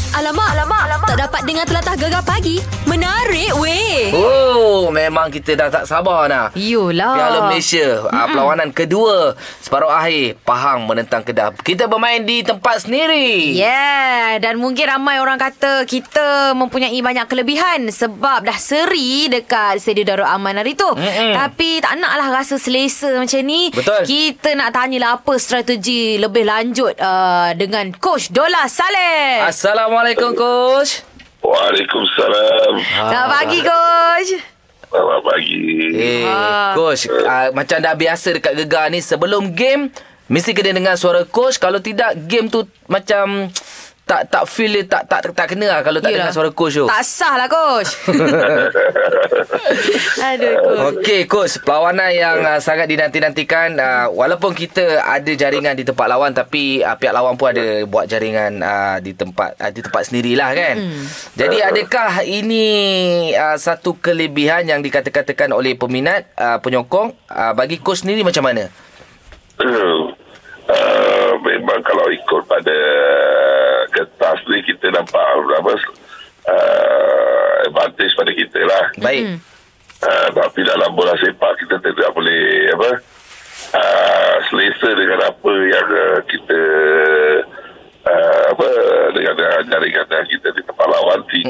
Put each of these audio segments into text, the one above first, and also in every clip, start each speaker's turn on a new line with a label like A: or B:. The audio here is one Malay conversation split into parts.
A: Alamak, alamak, alamak. Tak dapat dengar telatah gegar pagi. Menarik weh.
B: Oh, memang kita dah tak sabar nak.
C: Ya.
A: Yolah.
B: Piala Malaysia ah, Perlawanan kedua Separuh akhir Pahang menentang Kedah Kita bermain di tempat sendiri
C: Yeah, dan mungkin ramai orang kata kita mempunyai banyak kelebihan sebab dah seri dekat Stadium Darul Aman hari tu.
B: Mm-mm.
C: Tapi tak naklah rasa selesa macam ni.
B: Betul.
C: Kita nak tanyalah apa strategi lebih lanjut uh, dengan Coach Dola Saleh.
B: Assalamualaikum coach
D: Waalaikumsalam.
B: Ha. Ah.
C: Selamat pagi, Coach.
D: Selamat pagi.
B: Eh,
C: Ah.
B: coach ah, Macam dah biasa dekat Gegar ni Sebelum game Mesti kena dengar suara coach Kalau tidak game tu macam tak tak feel dia tak tak tak kena lah kalau tak
C: Yelah.
B: dengar suara coach tu.
C: Tak sah lah, Coach. Aduh, Coach.
B: Okey coach, perlawanan yang uh, sangat dinanti-nantikan uh, walaupun kita ada jaringan di tempat lawan tapi uh, pihak lawan pun ada buat jaringan uh, di tempat uh, di tempat sendirilah kan. Mm. Jadi adakah ini uh, satu kelebihan yang dikata-katakan oleh peminat uh, penyokong uh, bagi coach sendiri macam mana?
D: Uh, Eh, memang kalau ikut pada kertas ni kita nampak apa uh, advantage pada kita lah.
B: Baik. Mm.
D: Uh, tapi dalam bola sepak kita tidak boleh apa uh, selesa dengan apa yang uh, kita uh, apa dengan dengan jaringan kita di tempat lawan ti,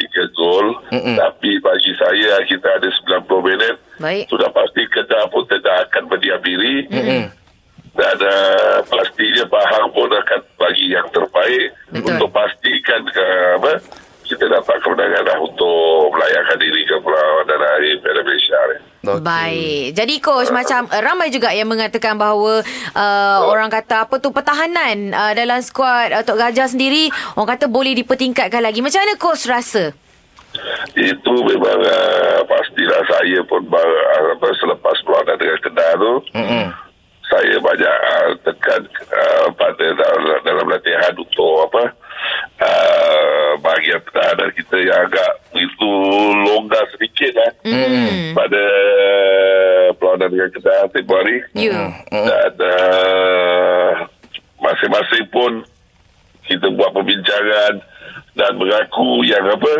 D: tiga gol tapi bagi saya kita ada 90 minit
C: Baik.
D: sudah pasti Kedah pun tidak akan berdiam diri
B: Hmm.
D: dan uh, pastinya Pahang pun akan bagi yang terbaik
C: Betul.
D: untuk pastikan ke, apa kita dapat kemenangan lah untuk melayakan diri ke Pulau dan Air Piala Malaysia ni.
B: Okey.
C: Baik. Jadi coach macam uh, ramai juga yang mengatakan bahawa uh, orang kata apa tu pertahanan uh, dalam skuad uh, Tok Gajah sendiri orang kata boleh dipertingkatkan lagi. Macam mana coach rasa?
D: Itu memang uh, pastilah saya pun ba- apa, selepas perlawanan dengan Kedah tu
B: Mm-mm.
D: saya banyak uh, tekan uh, pada dalam, dalam latihan untuk apa uh, bahagian pertahanan kita yang agak begitu longgar sedikit lah mm. pada perlawanan dengan Kedah tempoh hari
B: Hmm.
C: You.
D: dan uh, masing-masing pun kita buat perbincangan dan mengaku yang apa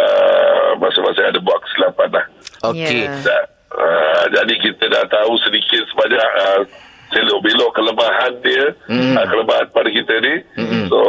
D: uh, masing-masing ada buat kesilapan lah
B: Okey.
C: Yeah.
D: dan, uh, jadi kita dah tahu sedikit sebanyak uh, selok-belok kelemahan dia
B: Hmm.
D: mm. uh, kelemahan pada kita ni mm. so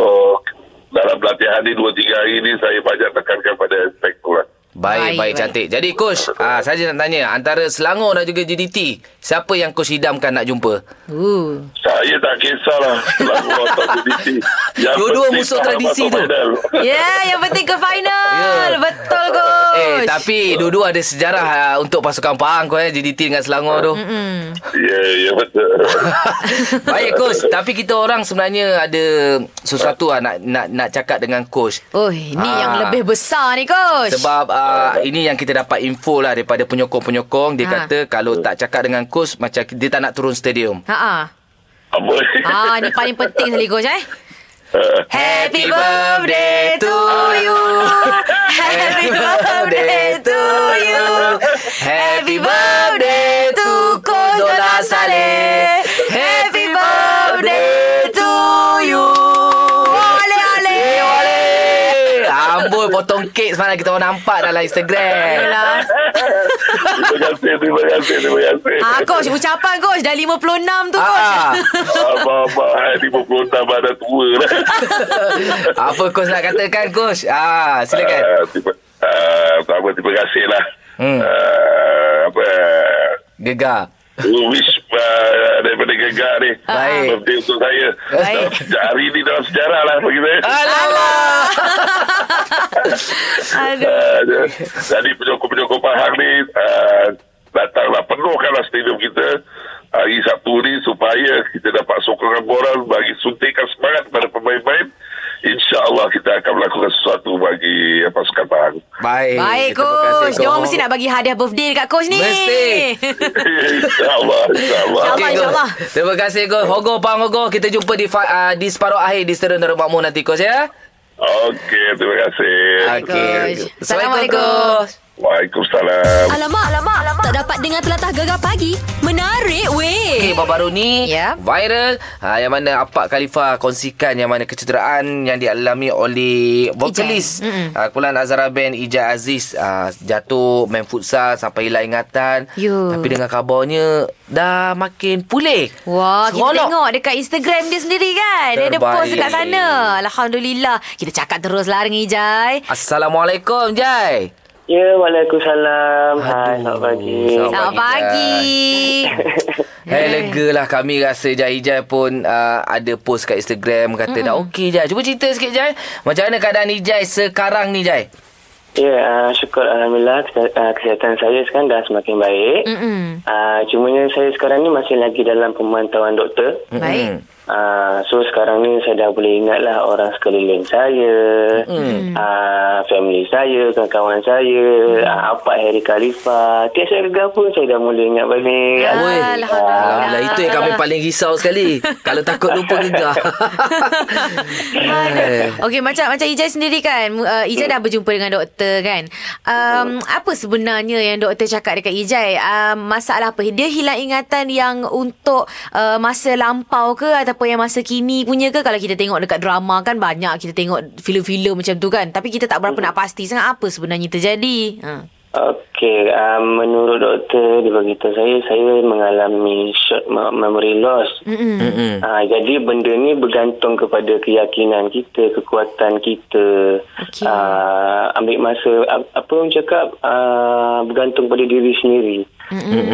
D: dalam latihan ni 2-3 hari ni saya banyak tekankan pada aspek tu lah
B: Baik, baik,
C: Baik,
B: baik
C: baik.
B: cantik. Jadi coach, ah saya nak tanya antara Selangor dan juga JDT, siapa yang coach idamkan nak jumpa?
C: Ooh.
D: saya tak kisahlah lagu atau tradisi Yang
B: Dua-dua
D: penting
B: musuh
D: faham
B: tradisi tu.
D: atau final.
C: Yeah, Ya, yang penting ke final.
B: Yeah.
C: Yeah. Betul coach.
B: Ya. Eh, tapi dua-dua ada sejarah uh, untuk pasukan Pahang kau eh JDT dengan Selangor tu.
D: Ya, ya betul.
B: Baik coach, tapi kita orang sebenarnya ada sesuatu lah nak nak nak cakap dengan coach.
C: Oh, ni
B: Ah.
C: yang lebih besar ni coach.
B: Sebab uh, ini yang kita dapat info lah daripada penyokong-penyokong dia
C: Ha.
B: kata kalau tak cakap dengan coach macam dia tak nak turun stadium.
C: Ha ah.
D: Apa?
C: Ah, ni paling penting sekali coach eh. Happy birthday to you. Happy birthday to you. Happy birthday to Coach Dola Saleh. Happy birthday to you. Wale wale.
B: Eh, Oleh. Amboi potong kek semalam kita orang nampak dalam Instagram.
C: Ayolah.
D: terima kasih, terima kasih, terima kasih.
C: Ah, coach, ucapan coach dah 56 tu coach.
B: Ah,
D: Abang-abang hai 50 tahun dah tua lah.
B: apa coach nak katakan coach? Ah, silakan.
D: Ah, terima, ah, apa, terima kasih lah.
B: Hmm.
D: Ah, apa, ah,
B: Gegar.
D: wish ah, daripada gegar ni.
B: Baik.
D: Birthday untuk saya.
C: Baik.
D: Dalam seja- hari ni dalam sejarah lah bagi saya.
B: Ah, Alamak.
C: Aduh.
D: Ah, jadi penyokong-penyokong Pahang ni ah, datanglah penuhkanlah stadium kita hari Sabtu ni supaya kita dapat sokongan moral bagi suntikan semangat kepada pemain-pemain InsyaAllah kita akan melakukan sesuatu bagi ah, pasukan Pahang
B: Baik.
C: Baik
B: Eh, Terima kasih,
C: coach. Dia orang mesti nak bagi hadiah birthday dekat coach ni.
B: Mesti.
D: InsyaAllah InsyaAllah
C: Insya Allah,
B: Okey, Coach.
C: insyaAllah.
B: Terima kasih Coach. Hogo Pang Hogo. Kita jumpa di fa- uh, di separuh akhir di Stadium Darul Makmur nanti Coach ya.
D: Okey terima kasih
B: Okey.
C: Coach. Assalamualaikum.
D: Waalaikumsalam.
A: Alamak, alamak, alamak. Tak dapat dengar telatah gegar pagi. Menarik
B: Okey,
A: weh.
B: baru-baru ni
C: Ya.
B: viral ha, yang mana Apak Khalifah kongsikan yang mana kecederaan yang dialami oleh vokalis ha, Kulan Azara Band Ija Aziz ha, jatuh main futsal sampai hilang ingatan.
C: Yo.
B: Tapi dengan kabarnya dah makin pulih.
C: Wah, kita
B: Seronok.
C: tengok dekat Instagram dia sendiri kan. Dia ada
B: Terbaik.
C: post dekat sana. Alhamdulillah. Kita cakap terus lah dengan Ijai.
B: Assalamualaikum, Jai.
E: Ya, Waalaikumsalam.
B: Aduh,
E: Hai, selamat pagi.
B: selamat-
C: Selamat pagi.
B: Hey, lega lah kami rasa Jai Ijai pun uh, ada post kat Instagram kata dah okey Jai. Cuba cerita sikit Jai. Macam mana keadaan Ijai sekarang ni Jai?
E: Ya, uh, syukur Alhamdulillah kese- uh, kesihatan saya sekarang dah semakin baik.
C: Mm-mm.
E: Uh, cumanya saya sekarang ni masih lagi dalam pemantauan doktor.
C: Baik.
E: Uh, so sekarang ni saya dah boleh ingat lah orang sekeliling saya, mm. uh, family saya, kawan-kawan saya, uh, Apak Harry Khalifa. Tiap saya gegar pun saya dah mula ingat balik.
C: Ya,
B: Oi. Alhamdulillah
C: Alhamdulillah.
B: itu yang kami paling risau sekali. Kalau takut lupa gegar. Eh,
C: Okey macam macam Ijai sendiri kan mu- uh, Ijai dah berjumpa dengan doktor kan um, Apa sebenarnya yang doktor cakap dekat Ijai um, Masalah apa Dia hilang ingatan yang untuk uh, Masa lampau ke Ataupun yang masa kini punya ke Kalau kita tengok dekat drama kan Banyak kita tengok filem-filem macam tu kan Tapi kita tak berapa nak pasti sangat Apa sebenarnya terjadi ha.
E: Okey, um, menurut doktor dia beritahu saya, saya mengalami short me- memory loss.
C: Mm-mm.
B: Mm-mm.
E: Ah, jadi benda ni bergantung kepada keyakinan kita, kekuatan kita.
C: Okey.
E: Ah, ambil masa, ap- apa orang cakap, ah, bergantung pada diri sendiri.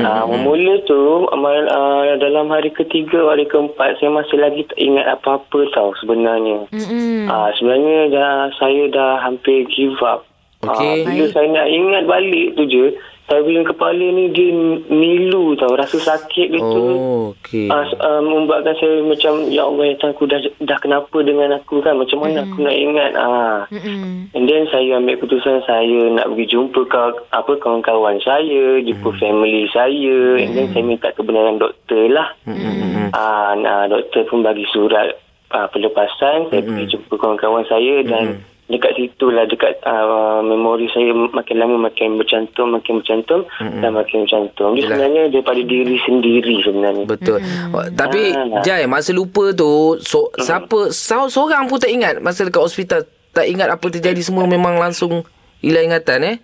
E: Ah, mula tu, amal, ah, dalam hari ketiga, hari keempat, saya masih lagi tak ingat apa-apa tau sebenarnya.
C: Mm-mm.
E: Ah, sebenarnya dah saya dah hampir give up.
B: Okey.
E: Ah, bila
C: Baik.
E: saya nak ingat balik tu je, saya punya kepala ni dia milu tau. Rasa sakit dia tu.
B: Oh, okey.
E: Ah, s- ah, membuatkan saya macam, Ya Allah, ya Tuhan, aku dah, dah kenapa dengan aku kan? Macam mana aku nak ingat? Ah.
C: Mm-mm.
E: And then saya ambil keputusan saya nak pergi jumpa kau, apa kawan-kawan saya, jumpa family saya. And then saya minta kebenaran doktor lah. Hmm. Uh, nah, doktor pun bagi surat uh, pelepasan. Saya pergi jumpa kawan-kawan saya dan dekat situ lah, dekat uh, memori saya makin lama makin bercantum, makin bercantum dan makin bercantum.
B: Yelah.
E: Dia sebenarnya daripada diri sendiri sebenarnya.
B: Betul. Oh, Tapi
E: Ah.
B: Jai masa lupa tu so, siapa so, seorang pun tak ingat masa dekat hospital tak ingat apa terjadi semua memang langsung hilang ingatan eh.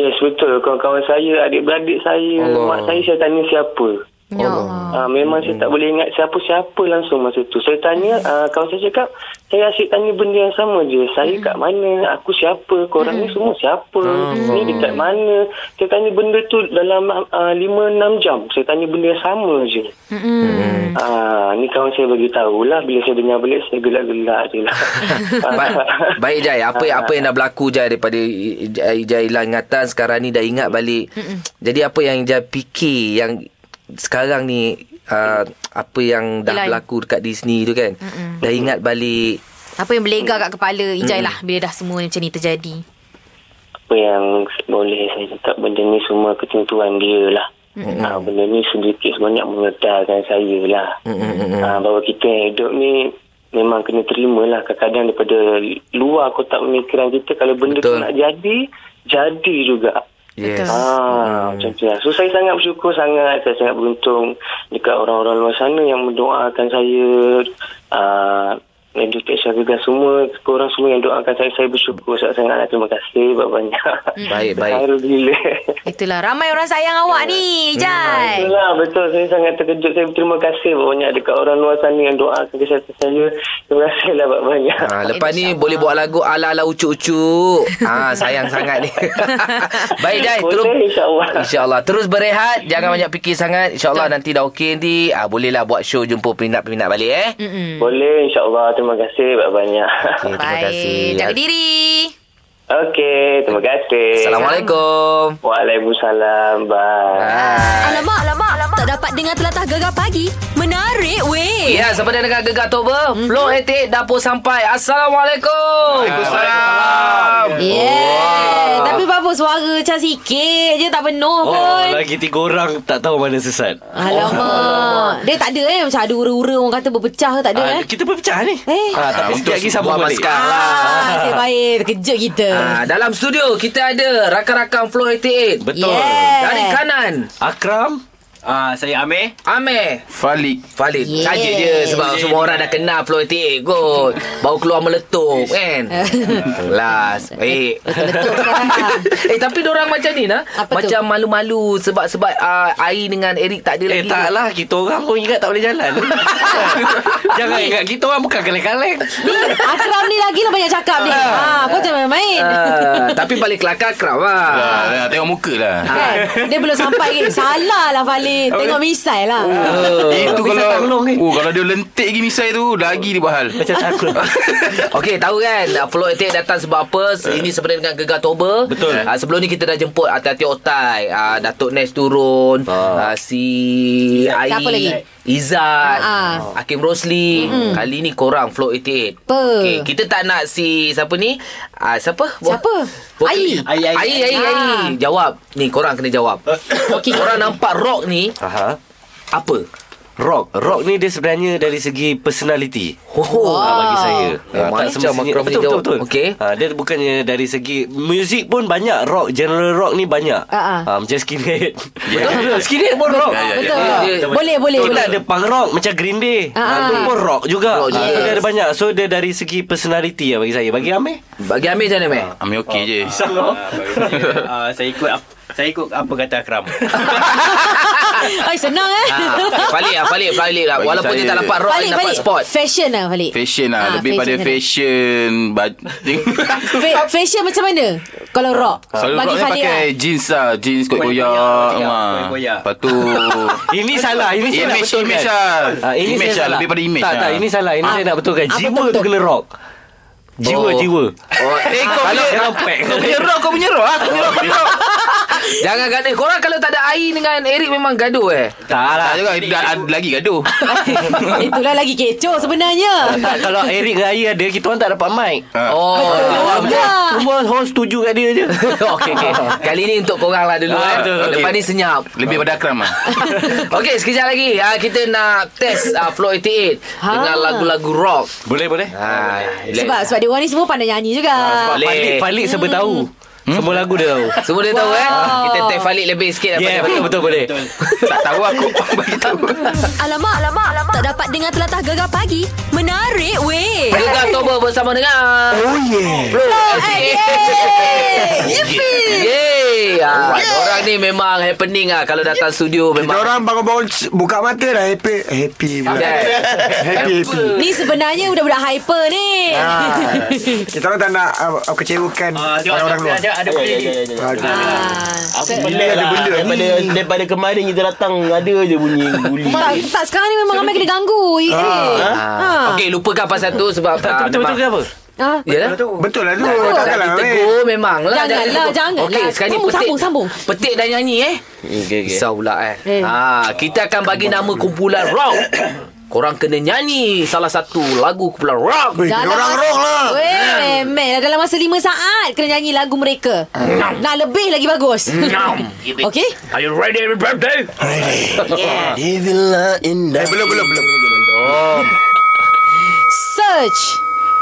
E: Yes, betul. Kawan-kawan saya, adik-beradik saya,
B: Allah.
E: mak saya, saya tanya siapa.
C: Ya Allah
E: Ah, memang saya tak boleh ingat siapa-siapa langsung masa tu. Saya tanya, ah, kawan saya cakap, saya asyik tanya benda yang sama je. Saya kat mana, aku siapa, korang ni semua siapa, ni dekat mana. Saya tanya benda tu dalam ah, 5-6 jam. Saya tanya benda yang sama je.
C: Mm-mm.
E: Ah, ni kawan saya bagi tahulah bila saya dengar balik saya gelak-gelak je lah.
B: Baik, baik Jai, apa yang apa yang dah berlaku Jai daripada I- I- Jai hilang ingatan sekarang ni dah ingat balik. Jadi apa yang Jai fikir yang sekarang ni uh, apa yang dah
C: Hilang.
B: berlaku dekat Disney tu kan. Dah ingat balik.
C: Apa yang berlegar kat kepala Ijai lah Bila dah semua macam ni terjadi
E: apa yang boleh saya cakap benda ni semua ketentuan dia lah. Mm-hmm. Ha, benda ni sedikit sebanyak mengedarkan saya lah. Mm-hmm. Ha, bahawa kita yang hidup ni memang kena terima lah. Kadang-kadang daripada luar kotak pemikiran kita kalau benda
B: Betul.
E: Betul. tu nak jadi, jadi juga.
B: Yes.
E: Ah, macam tu lah. So saya sangat bersyukur sangat, saya sangat beruntung dekat orang-orang luar sana yang mendoakan saya, ah, yang di Malaysia Gegar semua, korang semua yang doakan saya, saya bersyukur sangat-sangat lah. Terima kasih banyak-banyak.
B: Hmm. Baik, baik.
E: Terharu gila.
C: Itulah ramai orang sayang awak ni Ijai
E: Itulah, betul. Saya sangat terkejut. Saya berterima kasih banyak dekat orang luar sana yang doakan kesihatan saya. Terima kasih lah banyak-banyak.
B: Ha, lepas ni
C: InsyaAllah.
B: boleh buat lagu ala-ala ucu-ucu. ha, sayang sangat ni. Baik Jai,
E: Boleh,
B: terus
E: insyaAllah.
B: Insya-Allah. Terus berehat, jangan banyak fikir sangat. Insya-Allah nanti dah okey nanti. Ah ha, bolehlah buat show jumpa peminat-peminat balik eh.
C: Mm-mm.
E: Hmm. Boleh, insyaAllah. Terima kasih banyak-banyak.
B: Okey, terima kasih.
C: Baik Jaga diri
E: Okey, terima kasih.
B: Assalamualaikum.
E: Waalaikumsalam. Bye.
A: Alamak, alamak, alamak. Tak dapat dengar telatah gegar pagi. Menarik weh.
B: Ya, sampai dengan Gegar Toba,
C: Mhm.
B: mm-hmm. Flow Etik dapur sampai. Assalamualaikum. Waalaikumsalam.
C: Yeah Tapi Babu apa suara macam sikit je tak penuh
F: Oh,
C: pun.
F: lagi tiga orang tak tahu mana sesat.
C: Alamak. Dia tak ada eh macam ada ura-ura orang kata berpecah ke tak ada
F: Ah,
C: eh.
F: kita berpecah ni.
C: Eh.
F: Ah, tapi
B: Ah,
F: sekejap lagi
B: untuk
F: sambung
B: buah
F: balik.
B: maskal.
C: Ah, nasib baik terkejut kita.
B: Ah, dalam studio kita ada rakan-rakan Flow 88.
F: Betul.
C: Yeah.
B: Dari kanan
F: Akram.
G: Ah, saya Amir.
B: Amir
G: Falik.
B: Valid
C: Yeah.
B: yeah. Saja je Sebab
G: Yeah.
B: semua orang dah kenal Flow 88 kot Baru keluar meletup kan Last Eh
C: Betul-betul kan.
B: Eh tapi orang macam ni nah
C: Apa tu?
B: Macam malu-malu Sebab-sebab uh, Air dengan Eric tak ada
F: Eh
B: lagi
F: taklah kita orang pun ingat tak boleh jalan. Jangan ingat kita orang bukan kaleng-kaleng.
C: Ni Akram ni lagi lah banyak cakap ni. Ha, kau jangan main-main.
B: Ah, Tapi paling kelakar kerap lah
F: Ya.
G: Ah, tengok muka lah.
C: Kan? Dia belum sampai lagi. Salah lah Falik. Tengok misai lah.
F: Ah. Oh.
G: Itu
F: Habis
G: kalau
F: datang long, eh.
G: Oh kalau dia lentik lagi misai tu Lagi dia bahal
F: Macam takut.
B: Okey, tahu kan ah, Flow Attack datang sebab apa? Se- Ini sebenarnya dengan Gegar Toba.
F: Betul.
B: Ah, sebelum ni kita dah jemput hati-hati otai. Ah, Datuk Nash turun. Ah. si Ai.
C: Siapa lagi?
B: Izzat.
C: Ah. Hmm.
B: Hakim Rosli. Kali ni korang Flow 88.
C: Apa?
B: Okey, kita tak nak si siapa ni? Ah, siapa?
C: Siapa? Ai.
B: Ai, Ai, Ai, Ai.
C: Ah.
B: Jawab. Ni korang kena jawab. Okey, korang nampak rock ni
F: Aha.
B: apa?
F: Rock. Rock ni dia sebenarnya dari segi personality.
B: Oh.
F: Ah, bagi saya.
B: Eh,
F: Ah,
B: macam Akram ni
F: betul, betul,
B: jawab.
F: betul.
B: Okey.
F: Ah, dia bukannya dari segi muzik pun banyak rock, genre rock ni banyak.
C: Ah, ah.
F: Ah, macam skinhead. Betul. skinhead pun rock.
C: Betul.
B: ya, ya.
C: Boleh, boleh, boleh.
F: Kita ada punk rock macam Green Day.
C: Ah,
F: Ah,
C: ah.
F: tu pun rock juga.
B: Rock
F: Ah,
B: juga.
F: so dia ada banyak. So dia dari segi personality lah bagi saya. Bagi Amir?
B: Bagi Amir macam mana, Amir?
F: Ah.
G: Amir okey je
H: uh, saya ikut ap- saya ikut apa kata Akram.
C: Ay, senang eh.
B: Ah, Falik lah Falik Falik lah
G: Bagi
B: Walaupun
G: saya-
B: dia tak dapat rock Dia
C: Falik,
B: dapat
C: Falik.
B: spot
C: Fashion lah Falik.
G: Fashion lah
C: Ah,
G: Lebih pada
C: sana.
G: fashion ba-
C: Fa- fashion macam mana? Kalau rock.
G: Ah, Selalu
C: Bagi
G: rocknya
C: Falik
G: pakai
C: lah.
G: jeans lah Jeans kot
H: Koyak-koyak,
G: koyak
H: koyak,
G: ah.
H: koyak-koyak.
G: Lepas tu
F: Ini salah. Ini salah.
G: Image
F: betulkan.
G: Image lah
F: Ah, ini
G: Image
F: saya
G: lah
F: salah.
G: Lebih pada image
F: Tak,
G: lah.
F: tak. Ini salah. Ini saya nak betulkan.
C: Apa
F: Jiwa tu
C: betul?
F: kena rock. Jiwa,
B: Oh.
F: jiwa.
B: Oh, eh, kau
F: Kalau
B: punya-
F: jangan pack.
B: Kau punya rock Kau punya rock ah. Kau punya rock, kau punya rock. Jangan gaduh Korang kalau tak ada Air dengan Eric Memang gaduh eh
F: Tak lah.
G: Tak juga dah- ada Lagi gaduh
C: Itulah lagi kecoh sebenarnya.
F: Tak, kalau Eric dengan Ayi ada, kita orang tak dapat mic.
G: Ya.
B: Oh
F: Orang
C: Betul.
F: macam Semua orang setuju kat dia je
B: Okey okey. Kali ni untuk korang lah dulu
F: Ah,
B: eh.
F: betul, betul.
B: Lepas ni senyap.
G: Lebih pada akram lah
B: Okey, sekejap lagi ah, kita nak test ah, Flow 88
C: Ha.
B: dengan lagu-lagu rock.
F: Boleh boleh
B: Ah,
C: Sebab sebab dia orang ni semua pandai nyanyi juga.
B: Boleh.
F: Falik Falik
G: Hmm.
F: sebab tahu Semua lagu dia tahu
B: semua dia tahu eh. Kita test Falik lebih sikit daripada
F: Yeah betul betul boleh
G: Tak tahu aku Bagi tahu
A: Alamak, alamak, alamak. Tak dapat dengar telatah gegar pagi. Menarik weh.
B: Gegar Toba bersama dengan Oh yeah Flow
C: eh,
B: 88 Yeay ah, Orang ni memang happening ah Kalau datang studio
I: Kita
B: memang
I: orang bangun-bangun s- buka mata dah happy happy pula. happy happy.
C: Ni sebenarnya budak-budak hyper ni.
I: Ah, kita orang tak nak uh, kecewakan
H: Ah, tengok,
I: orang-orang luar.
H: Ada, ada benda ni.
I: Ah,
C: Ah.
I: Bila ada benda
J: daripada,
I: ni.
J: daripada kemarin kita datang Ada je bunyi guli
C: Tak, tak sekarang ni memang ramai kena ganggu.
I: Ah,
C: Eh. Ha. Ha.
B: ah. Okey lupakan pasal tu Sebab
F: Tak,
B: ah,
F: Betul betul
B: memang- ya?
F: kenapa
C: Ha.
B: Yalah
I: Betul lah tu.
C: Betul.
I: Takkanlah.
B: Jangan
I: Amir.
B: ditegur memang lah
C: Janganlah, janganlah.
B: Okey sekarang ni
C: Sambung,
B: petik
C: sambung, sambung.
B: Petik dan nyanyi eh
J: okay, okay.
B: Risau pula eh
C: Eh.
B: ha, Kita akan bagi nama kumpulan rock Korang kena nyanyi Salah satu lagu kumpulan rock
I: Weh, kita orang rock lah.
C: Weh, meh, dalam masa 5 saat kena nyanyi lagu mereka. Nak lebih lagi bagus. Okey?
B: Are you ready everybody?
I: Eh, belum belum belum.
C: Search.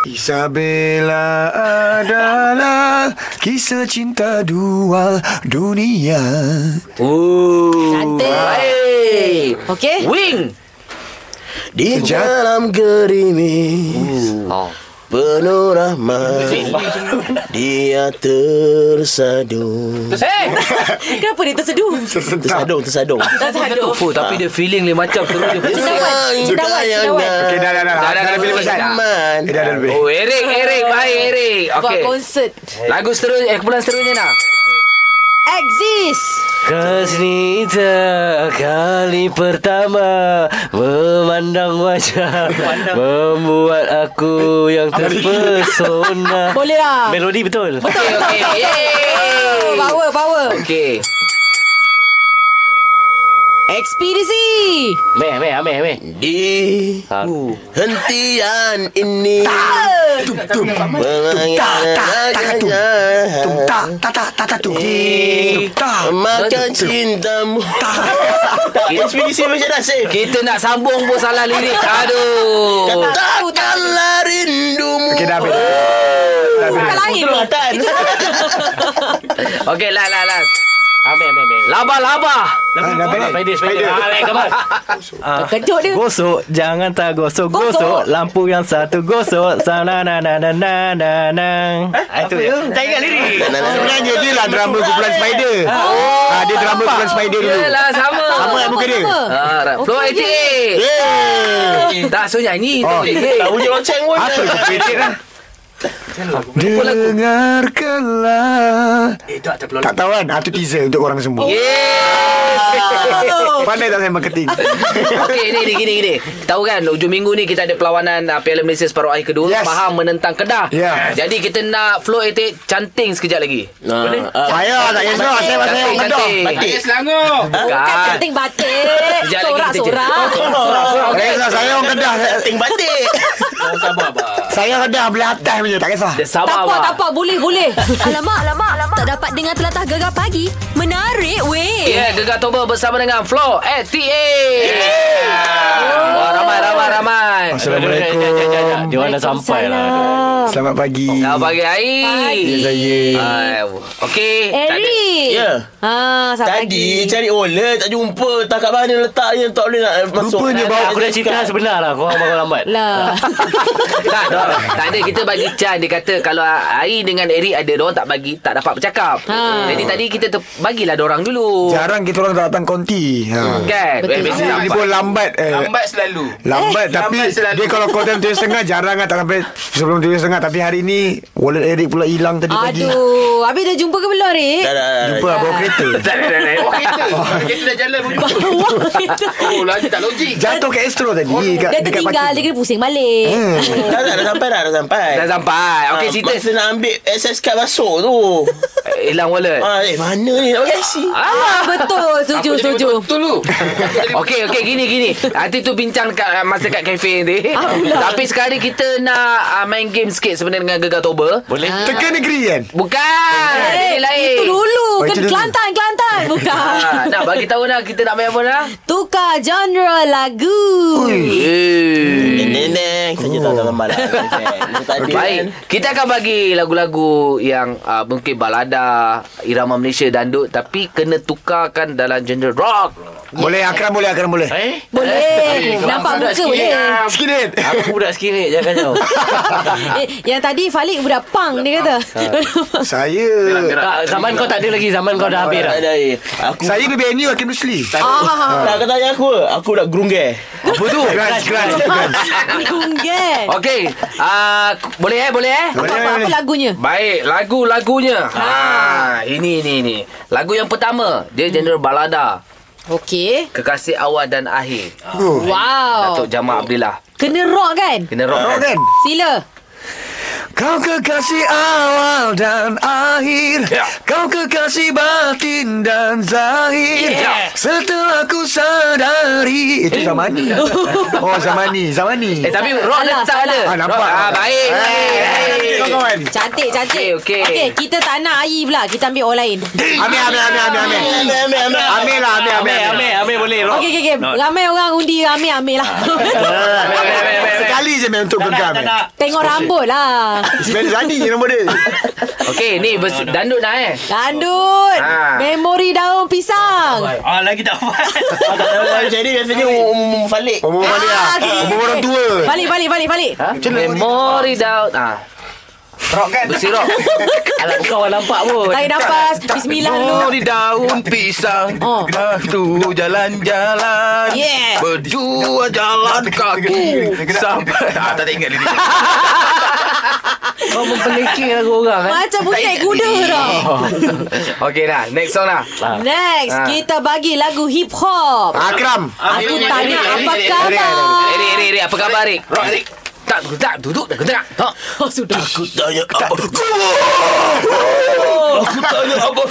I: Isabella adalah kisah cinta dua dunia.
B: Ooh.
C: Cantik.
B: Baik.
C: Okey?
B: Wing.
J: Di
I: Sekejap.
J: dalam gerimis Penuh rahmat Dia tersadung
B: Hey.
C: Kenapa dia terseduh?
I: Tersentak.
J: Tersadung, tersadung
C: Terseduh.
B: Fuh, tapi dia feeling dia macam terus dia pecah.
C: Cendawan, cendawan, cendawan.
I: Okey dah dah dah.
B: Dah, dah,
I: Dah
B: dah,
I: dah pilih
B: dah,
I: pasal.
B: dah.
J: Aman
I: Eh, dah dah lebih.
B: Oh, Eric, Eric, baik Eric.
C: Buat
B: Okey.
C: konsert.
B: Lagu seterusnya, eh, kumpulan seterusnya nak.
C: Exist.
F: Kesni kali pertama Memandang wajah Membuat aku yang terpesona
C: Boleh lah.
F: Melodi betul
B: Okey, okey. Yeay.
C: Power, power.
B: Okey.
C: Ekspedisi.
K: Meh, meh, meh, meh.
F: Di hentian ini
I: Tum tum
F: Mengangan
I: ya, Tum tak tak tak tak tak tum Tum tak
F: Makan cintamu Ekspedisi macam dah save
B: Kita nak sambung pun salah lirik. Aduh.
F: Katakanlah rindumu
I: Okay dah habis Dah habis
F: Lain Itu
B: Okey, lah lah lah.
K: Ah, meh, meh, meh.
B: Laba-laba.
I: Ah, Dah habis
K: Pendek, pendek. Ah, lain gambar.
C: Kejut dia.
L: Gosok jangan tak gosok
C: Gosok.
L: gosok lampu yang satu gosok sana na na na na na na.
F: Eh,
L: Ah, Itu ya. Tak ingat lirik.
I: Sebenarnya dia lah drama kumpulan Spider Ah, Dia drama kumpulan Spider dulu
B: Yelah, sama.
I: Sama eh muka dia
B: Ah, Flow
C: Okey.
B: 88. Tak suruh nyanyi.
I: Oh.
F: Tak bunyi lonceng pun
I: Apa tu kritik lah Dengarkanlah
K: Eh,
I: Tak tahu kan Ah, tu teaser untuk korang semua
B: Oh.
I: Pandai tak saya marketing
B: Okey, ni, ni, gini, gini. Tahu kan, hujung minggu ni kita ada perlawanan uh, Piala Malaysia separuh akhir kedua.
I: Yes.
B: Pahang menentang Kedah.
I: Yeah.
B: Jadi kita nak Flow 88 canting sekejap lagi.
G: Ah,
I: Saya tak kisah Saya pasal orang kedah
G: Batik Selangor.
C: Bukan
B: Bukan.
C: penting batik.
B: Ah. Sekejap lagi kita Oh,
C: Sorak-sorak.
I: Tak kisah saya orang kedah Saya-
F: Ting batik
K: Oh,
I: Saya kedah belah atas punya Tak kisah
B: Dia
C: Tak
B: sabar,
C: apa, tak
B: Abang.
C: apa. Boleh, boleh. alamak, alamak, alamak. Tak dapat dengar telatah gegar pagi. Menarik, weh.
B: Ya, yeah, Gegar Toba bersama dengan Flo ATA. Wah, ramai, ramai, ramai.
I: Assalamualaikum
K: Dia orang dah sampai lah.
I: Selamat pagi
B: Selamat pagi, Air.
I: Ya, saya
B: Hai. Okey. tak ada-
C: Eri.
F: Ya.
C: Ha, selamat pagi.
F: Tadi cari olet Tak jumpa Tak kat mana letaknya Tak boleh nak eh, masuk
I: Rupanya bawa
K: Aku dah cerita sebenar lah. Korang bangun lambat.
C: Lah.
B: tak, tak, tak ada kita bagi can dia kata kalau Ai dengan Eric ada dia orang tak bagi tak dapat bercakap.
C: Ha.
B: Jadi tadi kita ter, bagilah dia orang dulu.
I: Jarang kita orang datang konti ha.
B: Kan?
C: Betul.
B: Eh, biasa-
I: Dia pun lambat eh.
G: Lambat selalu.
I: Lambat
G: Eh,
I: tapi
G: lambat selalu.
I: dia kalau kau time 7.30 jarang lah tak sampai sebelum 7.30 tapi hari ni wallet Eric pula hilang tadi pagi.
C: Aduh. Habis dah jumpa ke belum, Eri?
F: Dah dah dah.
I: Jumpa lah bawa kereta.
G: Tak ada, tak ada.
F: Oh,
G: Bawa kereta. Bawa kereta dah jalan. Oh, lagi tak logik.
I: Jatuh ke Astro tadi kat,
C: Oh, Dia
I: dekat
C: tertinggal. Dia
I: parking.
C: kena pusing balik.
I: Hmm.
F: Dah dah dah sampai dah Dah sampai
B: Dah sampai. Okey,
F: Ah,
B: cerita
F: Masa nak ambil SS card masuk tu
B: Eh, hilang wallet.
F: ah, Eh mana ni nak pakai si
C: Ah, betul. Setuju,
G: Aku jadi
C: setuju.
G: Betul tu. Aku jadi
B: Okey okey gini gini. Nanti tu bincang kat uh, masa kat kafe nanti. Tapi sekarang kita nak uh, main game sikit sebenarnya dengan Gegar Toba.
K: Boleh?
I: Teka negeri kan?
B: Bukan.
C: Eh,
B: Ini lain.
C: itu dulu.
I: Oh,
C: Kan
I: itu dulu.
C: Kelantan, Kelantan. Bukan.
B: Ha, nak bagi tahu dah kita nak main apa lah? dah?
C: Tukar genre lagu.
K: Hmm.
F: Eh, Neneng Saja tak tahu gambar lah Tadi
B: Baik,
F: kan
B: kita akan bagi lagu-lagu yang uh, mungkin balada, irama Malaysia dandut tapi kena tukarkan dalam genre rock.
I: Boleh Akram boleh Akram boleh.
K: Eh?
C: Boleh. Nampak muka boleh.
I: Sikit.
K: Aku budak skinhead. Jangan kau.
C: Eh, yang tadi Falik budak punk dia kata.
I: Saya
K: Tak, Zaman kau tak ada lagi. Zaman kau dah habis dah.
F: Tak ada eh. Aku
I: saya BBNU Hakim Rusli.
F: Tak kau tanya aku Aku dah gerungge
I: Apa tu? Grunge, grunge, grunge.
C: Gunggen.
B: Okey, uh, boleh eh, boleh eh?
C: Apa,
I: Boleh,
C: apa, apa
I: boleh.
C: lagunya?
B: Baik, lagu-lagunya. Ha, ini ni ni. Lagu yang pertama, dia genre balada,
C: Okey.
B: kekasih awal dan akhir.
C: Wow.
B: Datuk Jamal Abdillah.
C: Kena rock kan?
B: Kena rock.
I: Tahu
B: kan?
I: kan?
C: Sila.
I: Kau kekasih awal dan akhir
B: Ya.
I: Kau kekasih batin dan zahir
B: Ya.
I: Setelah ku
F: Eh.
I: sadari Itu Zamani Oh Zamani Zamani
B: Eh tapi
C: Salah,
B: rock dah tak ada.
C: salah.
I: Ah, nampak.
B: Rock, Ah baik.
I: Hey.
B: baik.
I: Kawan
C: Cantik, cantik.
B: Okey, okey.
C: Okey, kita tak nak air pula. Kita ambil orang lain.
I: Amir Amir Amir Amir Amir
F: Ambil ambil ambil
I: Amir lah Amir Amir
K: Amir,
I: Amir
K: Amir, Amir boleh. Rock.
C: Okey, okey, okey. Ramai orang undi Amir, Amir lah.
I: Ah.
B: Amir, Amir, Amir.
I: Sekali je Amir untuk gegar Amir
C: Tengok rambut lah.
I: Sebenarnya Zani je nombor dia
B: Okey, ni bers- dandut dah eh.
C: Dandut.
B: Ah.
C: Memori daun pisang.
L: Ah lagi tak faham.
F: Ah, lah, Macam ni biasanya Umum Falik
I: Umur balik lah
C: okey, okey,
I: Umur
C: okey.
I: orang tua
C: Ah, Balik, balik, balik, balik.
B: Ha? Memory down. Ah,
I: Rock kan
B: bersirok.
K: Alah, bukan orang nampak pun.
C: Tarik nafas. Bismillah dulu.
G: di daun pisang
C: Oh.
G: Dah tu jalan-jalan
C: Yeah.
G: Berdua jalan kaki Sampai ah, Tak ingat lirik
K: Kau mempelikir lagu orang kan.
C: Macam budak kuda tau.
B: eh?
G: Oh.
B: Okey dah, next song dah.
C: Next,
B: Ah.
C: kita bagi lagu hip hop.
I: Akram
C: Aku
G: Erik,
C: tanya
G: Erik,
C: apa
G: Erik, Erik,
C: khabar?
B: Eri, Eri, Eri, apa khabar Eri?
G: Rock Eric
B: Tak tak duduk tak tak. Ha.
C: Oh, sudah.
M: Aku tanya apa Aku tanya apa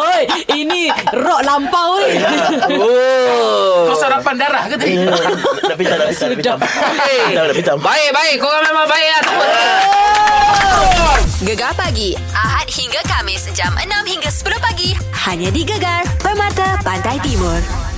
C: Oi, ini rock lampau ni.
B: Oh.
N: Kau sarapan darah ke tadi?
M: Dah pitam Dah pitam Dah pitam
B: Hey.
M: Dah pitam
B: Baik baik korang memang baik lah. Tak apa.
C: Gegar pagi Ahad hingga Kamis jam 6 hingga 10 pagi hanya di Gegar Permata Pantai Timur.